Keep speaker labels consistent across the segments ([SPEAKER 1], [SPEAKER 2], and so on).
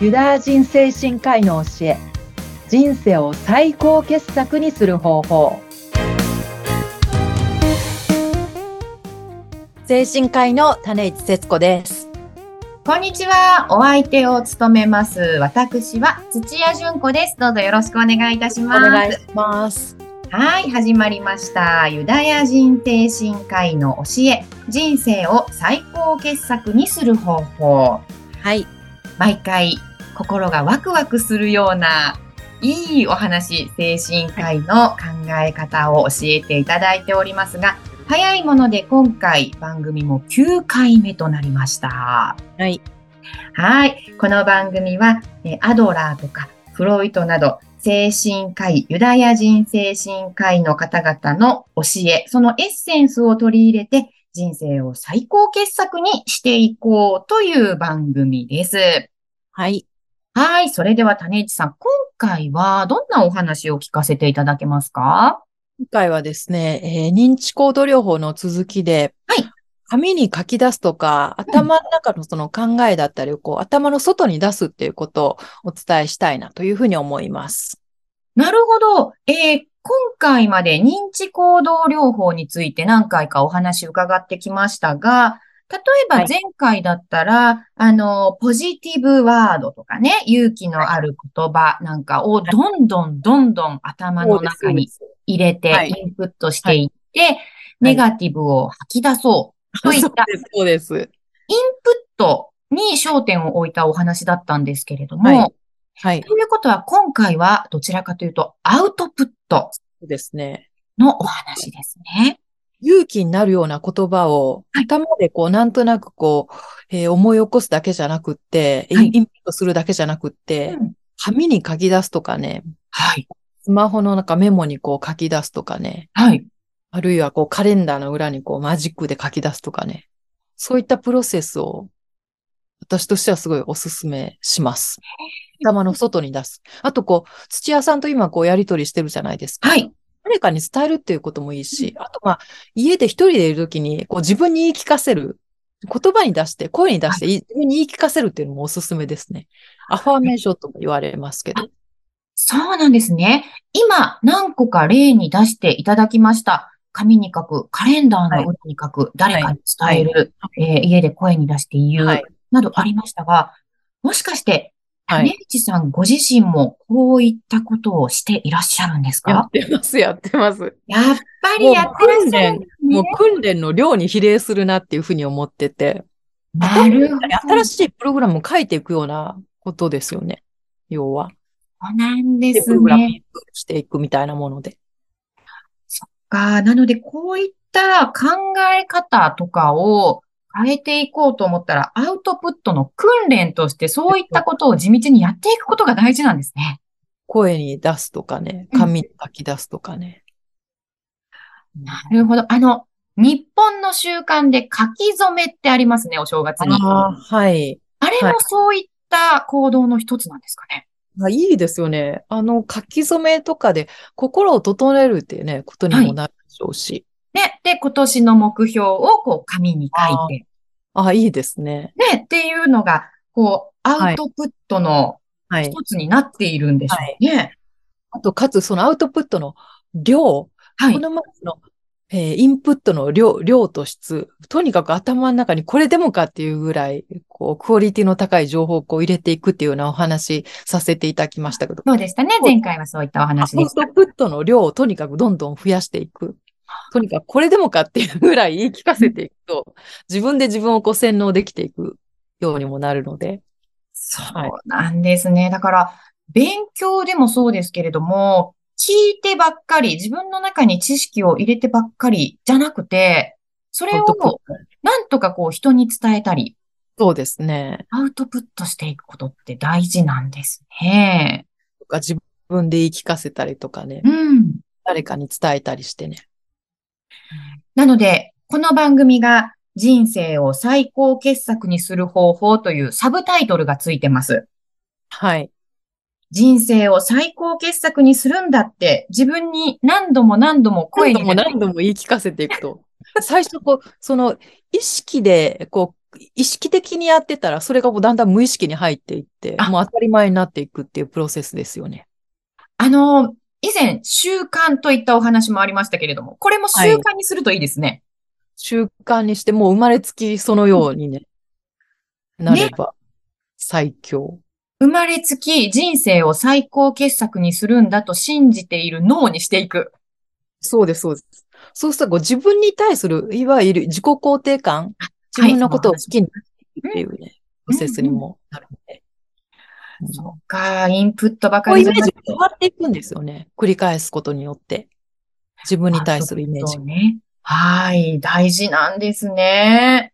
[SPEAKER 1] ユダヤ人精神科医の教え人生を最高傑作にする方法
[SPEAKER 2] 精神科医の種市節子です
[SPEAKER 3] こんにちは。お相手を務めます。私は土屋純子です。どうぞよろしくお願いいたし
[SPEAKER 2] お
[SPEAKER 3] ます。
[SPEAKER 2] 願いします
[SPEAKER 3] はい、始まりました。ユダヤ人精神科医の教え、人生を最高傑作にする方法。
[SPEAKER 2] はい
[SPEAKER 3] 毎回心がワクワクするような。いいお話、精神科医の考え方を教えていただいておりますが、早いもので今回番組も9回目となりました。
[SPEAKER 2] はい
[SPEAKER 3] はい。この番組は、えーアドラーとかフロイトなど、精神科医、ユダヤ人精神科医の方々の教え、そのエッセンスを取り入れて、人生を最高傑作にしていこうという番組です。
[SPEAKER 2] はい
[SPEAKER 3] はい。それでは、種市さん、今回はどんなお話を聞かせていただけますか
[SPEAKER 2] 今回はですね、えー認知行動療法の続きで、
[SPEAKER 3] はい
[SPEAKER 2] 紙に書き出すとか、頭の中のその考えだったりをこう、頭の外に出すっていうことをお伝えしたいなというふうに思います。
[SPEAKER 3] なるほど。えー今回まで認知行動療法について何回かお話伺ってきましたが、例えば
[SPEAKER 2] はい
[SPEAKER 3] 前回だったら、あの、ポジティブワードとかね、勇気のある言葉なんかをどんどんどんどん頭の中に入れて
[SPEAKER 2] はい
[SPEAKER 3] インプットしていって、ネガティブを吐き出そうといった
[SPEAKER 2] そうです。そうです。
[SPEAKER 3] インプットに焦点を置いたお話だったんですけれども、
[SPEAKER 2] はいはい。
[SPEAKER 3] ということは今回はどちらかというとアウトプット
[SPEAKER 2] そうですね。
[SPEAKER 3] のお話ですね。
[SPEAKER 2] 勇気になるような言葉を、
[SPEAKER 3] はい
[SPEAKER 2] 頭でこう、なんとなくこう、えー思い起こすだけじゃなくって、
[SPEAKER 3] はい
[SPEAKER 2] インプットするだけじゃなくって、
[SPEAKER 3] うん
[SPEAKER 2] 紙に書き出すとかね、
[SPEAKER 3] はい。
[SPEAKER 2] スマホの中メモにこう書き出すとかね、
[SPEAKER 3] はい。
[SPEAKER 2] あるいはこうカレンダーの裏にこうマジックで書き出すとかね。そういったプロセスを私としてはすごいお勧めします。頭の外に出す。あとこう、土屋さんと今こうやりとりしてるじゃないですか。
[SPEAKER 3] はい。
[SPEAKER 2] 誰かに伝えるっていうこともいいし、あとまあ、家で一人でいるときにこう自分に言い聞かせる。言葉に出して、声に出して、い自分に言い聞かせるっていうのもおすすめですね。アファーメーションとも言われますけど。
[SPEAKER 3] そうなんですね。今何個か例に出していただきました。紙に書く、カレンダーの裏に書く、誰かに伝える、えー家で声に出して言う、
[SPEAKER 2] はい
[SPEAKER 3] などありましたが、もしかして、
[SPEAKER 2] はい
[SPEAKER 3] 種市さんご自身もこういったことをしていらっしゃるんです
[SPEAKER 2] や
[SPEAKER 3] か
[SPEAKER 2] ってます、やってます。
[SPEAKER 3] やっぱりやってらっしゃるんです
[SPEAKER 2] もう
[SPEAKER 3] ね。
[SPEAKER 2] 訓練の量に比例するなっていうふうに思ってて、
[SPEAKER 3] なるほど。
[SPEAKER 2] 新しいプログラムを書いていくようなことですよね。要は。
[SPEAKER 3] そうなんで
[SPEAKER 2] プ
[SPEAKER 3] す
[SPEAKER 2] ログラム
[SPEAKER 3] ね。
[SPEAKER 2] にしていくみたいなもので。
[SPEAKER 3] が、なので、こういった考え方とかを変えていこうと思ったら、アウトプットの訓練として、そういったことを地道にやっていくことが大事なんですね。
[SPEAKER 2] 声に出すとかね、紙に書き出すとかね。
[SPEAKER 3] なるほど。あの、日本の習慣で書き初めってありますね、お正月に。
[SPEAKER 2] ああ、はい。
[SPEAKER 3] あれ
[SPEAKER 2] はい
[SPEAKER 3] もそういった行動の一つなんですかね。
[SPEAKER 2] まあいいですよね。あの、書き初めとかで心を整えるっていうね、ことにもなるでしょうし。
[SPEAKER 3] ね。で、今年の目標をこう紙に書いて、
[SPEAKER 2] ああ、いいですね。
[SPEAKER 3] ね、っていうのが、こう、アウトプットの
[SPEAKER 2] はい。
[SPEAKER 3] 一つになっているんでしょうね。
[SPEAKER 2] あと、かつ、そのアウトプットの量、
[SPEAKER 3] はい。
[SPEAKER 2] この前の、えーインプットの量、量と質、とにかく頭の中にこれでもかっていうぐらい、こう、クオリティの高い情報をこう入れていくっていうようなお話させていただきましたけど、
[SPEAKER 3] そうでしたね。前回はそういったお
[SPEAKER 2] アウ
[SPEAKER 3] 話でし
[SPEAKER 2] トプットの量をとにかくどんどん増やしていく。とにかくこれでもかっていうぐらい言い聞かせていくと、自分で自分をこう洗脳できていくようにもなるので、
[SPEAKER 3] た。
[SPEAKER 2] はい
[SPEAKER 3] そうなんですね。だから、勉強でもそうですけれども、聞いてばっかり、自分の中に知識を入れてばっかりじゃなくて、それ
[SPEAKER 2] アウトプッ
[SPEAKER 3] を
[SPEAKER 2] ト
[SPEAKER 3] なんとかこう人に伝えたり、
[SPEAKER 2] そうですね。
[SPEAKER 3] アウトプットしていくことって大事なんですね。
[SPEAKER 2] とか自分で言い聞かせたりとかね、
[SPEAKER 3] うん。
[SPEAKER 2] 誰かに伝えたりしてね。
[SPEAKER 3] なので、この番組が人生を最高傑作にする方法というサブタイトルがついてます。
[SPEAKER 2] はい。
[SPEAKER 3] 人生を最高傑作にするんだって、自分に何度も何度も声
[SPEAKER 2] 何度
[SPEAKER 3] に
[SPEAKER 2] も何度も言い聞かせていくと。最初こう、その意識でこう意識的にやってたら、それがもうだんだん無意識に入っていって、
[SPEAKER 3] あ
[SPEAKER 2] もう当たり前になっていくっていうプロセスですよね。
[SPEAKER 3] あの、以前、習慣といったお話もありましたけれども、これも習慣にするといいですね。
[SPEAKER 2] 習慣にして、もう生まれつきそのようにね、なれば最強。
[SPEAKER 3] 生まれつき人生を最高傑作にするんだと信じている脳にしていく。
[SPEAKER 2] そうです、そうです。そうしたらこう自分に対する、いわゆる自己肯定感、自分のことを好きになるっていうね、
[SPEAKER 3] うん
[SPEAKER 2] プロセスにもなるので。うん
[SPEAKER 3] そうか、インプットば
[SPEAKER 2] こ
[SPEAKER 3] か
[SPEAKER 2] う
[SPEAKER 3] り
[SPEAKER 2] イ
[SPEAKER 3] じゃ
[SPEAKER 2] メー
[SPEAKER 3] な
[SPEAKER 2] ジ
[SPEAKER 3] く
[SPEAKER 2] が変わっていくんですよね。繰り返すことによって。自分に対するイメージ
[SPEAKER 3] そうね。はい、大事なんですね。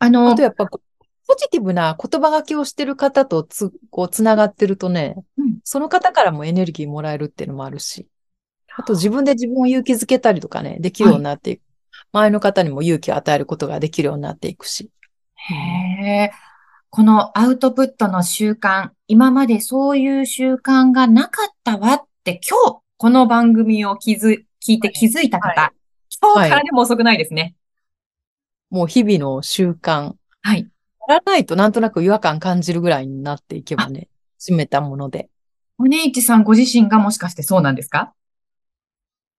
[SPEAKER 3] あの、
[SPEAKER 2] あとやっぱこう、ポジティブな言葉書きをしてる方とつ、こう、つながってるとね、
[SPEAKER 3] うん
[SPEAKER 2] その方からもエネルギーもらえるっていうのもあるし、あと自分で自分を勇気づけたりとかね、できるようになっていく。前の方にも勇気を与えることができるようになっていくし。
[SPEAKER 3] へえ、このアウトプットの習慣、今までそういう習慣がなかったわって今日、この番組を気づ、聞いて気づいた方、今日からでも遅くないですね。
[SPEAKER 2] もう日々の習慣。
[SPEAKER 3] はい。
[SPEAKER 2] やらないとなんとなく違和感感じるぐらいになっていけばね、締めたもので。
[SPEAKER 3] 宗一さんご自身がもしかしてそうなんですか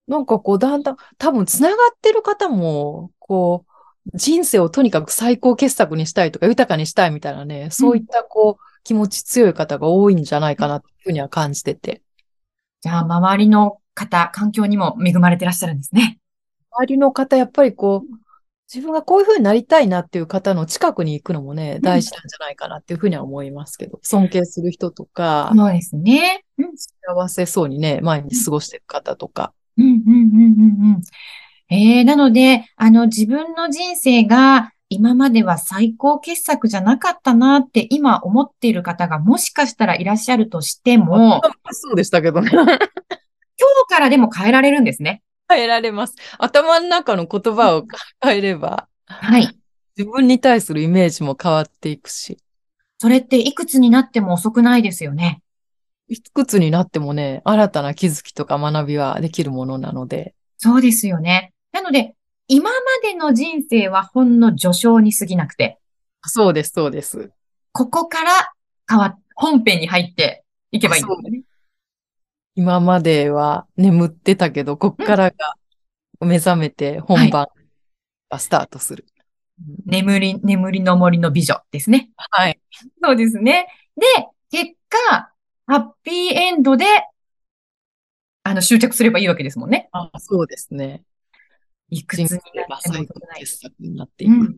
[SPEAKER 2] なんかこう、だんだん、多分つながってる方も、こう、人生をとにかく最高傑作にしたいとか、豊かにしたいみたいなね、そういったこう、気持ち強い方が多いんじゃないかなっていうふうには感じてて。
[SPEAKER 3] じゃあ、周りの方、環境にも恵まれてらっしゃるんですね。
[SPEAKER 2] 周りの方、やっぱりこう、自分がこういうふうになりたいなっていう方の近くに行くのもね、大事なんじゃないかなっていうふうには思いますけど、尊敬する人とか、
[SPEAKER 3] そうですね。うん
[SPEAKER 2] 幸せそうにね、毎日過ごしてる方とか、
[SPEAKER 3] うんうんうんうんうん。えー、なので、あの、自分の人生が今までは最高傑作じゃなかったなって今思っている方がもしかしたらいらっしゃるとしても、今
[SPEAKER 2] そうでしたけどね。
[SPEAKER 3] 日からでも変えられるんですね。
[SPEAKER 2] 変えられます。頭の中の言葉を 変えれば、
[SPEAKER 3] はい。
[SPEAKER 2] 自分に対するイメージも変わっていくし、
[SPEAKER 3] それっていくつになっても遅くないですよね。
[SPEAKER 2] いくつになってもね、新たな気づきとか学びはできるものなので、
[SPEAKER 3] そうですよね。なので、今までの人生はほんの序章に過ぎなくて、
[SPEAKER 2] そうです、そうです。
[SPEAKER 3] ここから変わっ、本編に入っていけばいいんですよね。
[SPEAKER 2] 今までは眠ってたけど、こっからが目覚めて本番がスタートする。
[SPEAKER 3] 眠り、眠りの森の美女ですね。
[SPEAKER 2] はい。
[SPEAKER 3] そうですね。で、結果、ハッピーエンドで、あの、執着すればいいわけですもんね。
[SPEAKER 2] あそうですね。
[SPEAKER 3] いくつ
[SPEAKER 2] 人
[SPEAKER 3] に
[SPEAKER 2] 生
[SPEAKER 3] な
[SPEAKER 2] が
[SPEAKER 3] っても
[SPEAKER 2] 最
[SPEAKER 3] 良
[SPEAKER 2] 高
[SPEAKER 3] くない
[SPEAKER 2] 傑。作になっていく。
[SPEAKER 3] うん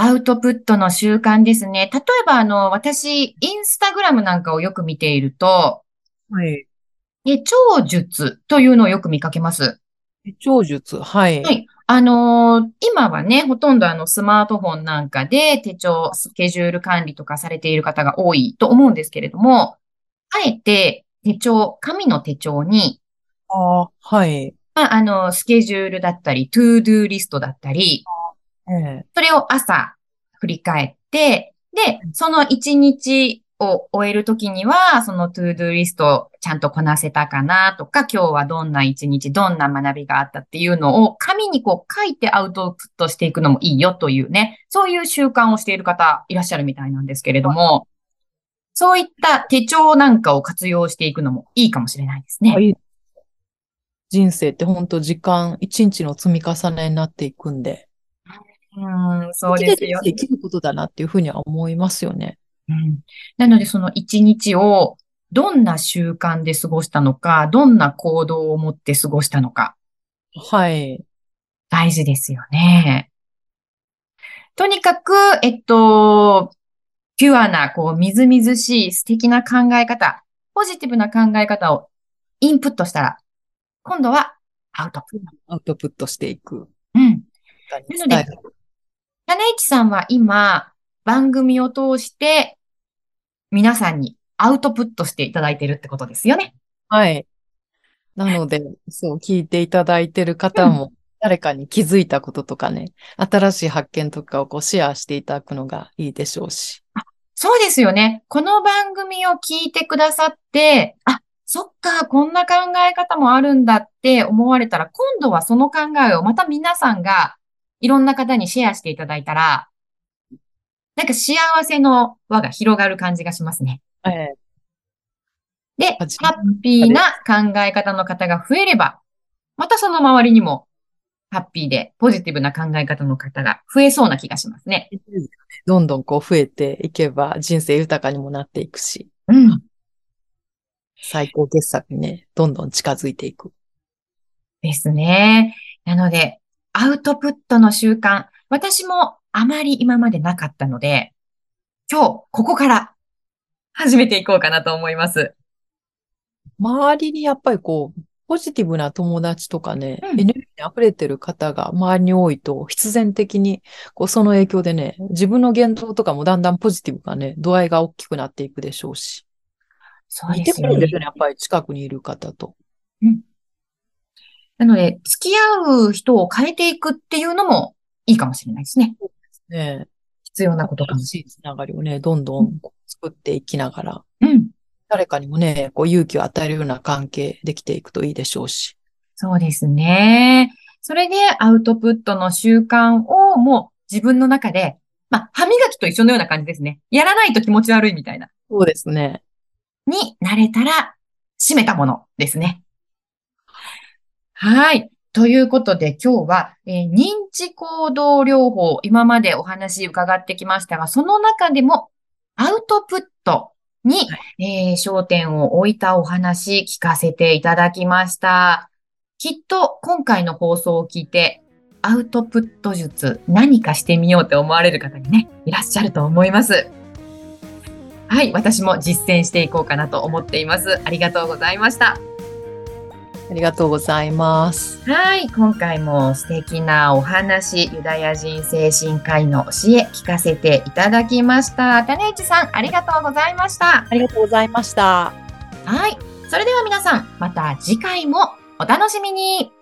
[SPEAKER 3] アウトプットの習慣ですね。例えば、あの、私、インスタグラムなんかをよく見ていると、
[SPEAKER 2] はい。
[SPEAKER 3] え、超術というのをよく見かけます。
[SPEAKER 2] 超術、はい。
[SPEAKER 3] はいあのー今はね、ほとんどあの、スマートフォンなんかで手帳、スケジュール管理とかされている方が多いと思うんですけれども、あえて手帳、紙の手帳に、
[SPEAKER 2] あーはい。
[SPEAKER 3] まあ、あの、スケジュールだったり、トゥードゥーリストだったり、
[SPEAKER 2] ええ
[SPEAKER 3] それを朝振り返って、で、その一日を終えるときには、そのトゥードゥーリストをちゃんとこなせたかなとか、今日はどんな一日、どんな学びがあったっていうのを紙にこう書いてアウトプットしていくのもいいよというね、そういう習慣をしている方いらっしゃるみたいなんですけれども、そういった手帳なんかを活用していくのもいいかもしれないですね。
[SPEAKER 2] あいい人生って本当時間、一日の積み重ねになっていくんで、
[SPEAKER 3] うん、そうですよね
[SPEAKER 2] 生きることだなっていうふうには思いますよね。
[SPEAKER 3] うんなので、その一日をどんな習慣で過ごしたのか、どんな行動を持って過ごしたのか、
[SPEAKER 2] はい。
[SPEAKER 3] 大事ですよね。とにかく、えっと、ピュアな、こう、みずみずしい素敵な考え方、ポジティブな考え方をインプットしたら、今度はアウトプット。
[SPEAKER 2] アウトプットしていく。
[SPEAKER 3] うん。
[SPEAKER 2] 伝
[SPEAKER 3] なの
[SPEAKER 2] え
[SPEAKER 3] で
[SPEAKER 2] る、
[SPEAKER 3] 種市さんは今、番組を通して、皆さんにアウトプットしていただいてるってことですよね。
[SPEAKER 2] はい。なので、そう、聞いていただいてる方も、誰かに気づいたこととかね、新しい発見とかをこうシェアしていただくのがいいでしょうし。
[SPEAKER 3] そうですよね。この番組を聞いてくださって、あ、そっか、こんな考え方もあるんだって思われたら、今度はその考えをまた皆さんがいろんな方にシェアしていただいたら、なんか幸せの輪が広がる感じがしますね。
[SPEAKER 2] ええ
[SPEAKER 3] で、ハ
[SPEAKER 2] あ
[SPEAKER 3] ッ
[SPEAKER 2] 自
[SPEAKER 3] ピーな考え方の方が増えれば、またその周りにも、ハッピーでポジティブな考え方の方が増えそうな気がしますね。
[SPEAKER 2] どんどんこう増えていけば人生豊かにもなっていくし、
[SPEAKER 3] うん。
[SPEAKER 2] 最高傑作にね、どんどん近づいていく。
[SPEAKER 3] ですね。なので、アウトプットの習慣、私もあまり今までなかったので、今日、ここから始めていこうかなと思います。
[SPEAKER 2] 周りにやっぱりこう、ポジティブな友達とかね、
[SPEAKER 3] うん
[SPEAKER 2] エネルギーに溢れてる方が周りに多いと、必然的に、こう、その影響でね、自分の言動とかもだんだんポジティブがね、度合いが大きくなっていくでしょうし。
[SPEAKER 3] そう
[SPEAKER 2] 似
[SPEAKER 3] で
[SPEAKER 2] て
[SPEAKER 3] す
[SPEAKER 2] く
[SPEAKER 3] よ
[SPEAKER 2] るん
[SPEAKER 3] ね
[SPEAKER 2] です。よね、やっぱり近くにいる方と。
[SPEAKER 3] なので、付き合う人を変えていくっていうのもいいかもしれないですね。
[SPEAKER 2] ね
[SPEAKER 3] 必要なことかも
[SPEAKER 2] 新
[SPEAKER 3] し
[SPEAKER 2] しいつながりをね、どんどんこう作っていきながら、
[SPEAKER 3] れない。うん。
[SPEAKER 2] 誰かにもね、こう、勇気を与えるような関係できていくといいでしょうし。
[SPEAKER 3] そうですね。それでアウトプットの習慣をもう自分の中で、まあ、歯磨きと一緒のような感じですね。やらないと気持ち悪いみたいな。
[SPEAKER 2] そうですね。
[SPEAKER 3] になれたら、締めたものですね。はい。ということで今日は、えー認知行動療法、今までお話伺ってきましたが、その中でもアウトプットに、えー焦点を置いたお話聞かせていただきました。きっと今回の放送を聞いて、アウトプット術何かしてみようって思われる方がね、いらっしゃると思います。はい、私も実践していこうかなと思っています。ありがとうございました。
[SPEAKER 2] ありがとうございます。
[SPEAKER 3] はい、今回も素敵なお話、ユダヤ人精神科医の教え聞かせていただきました。種市さん、ありがとうございました。
[SPEAKER 2] ありがとうございました。
[SPEAKER 3] はい、それでは皆さん、また次回もお楽しみに。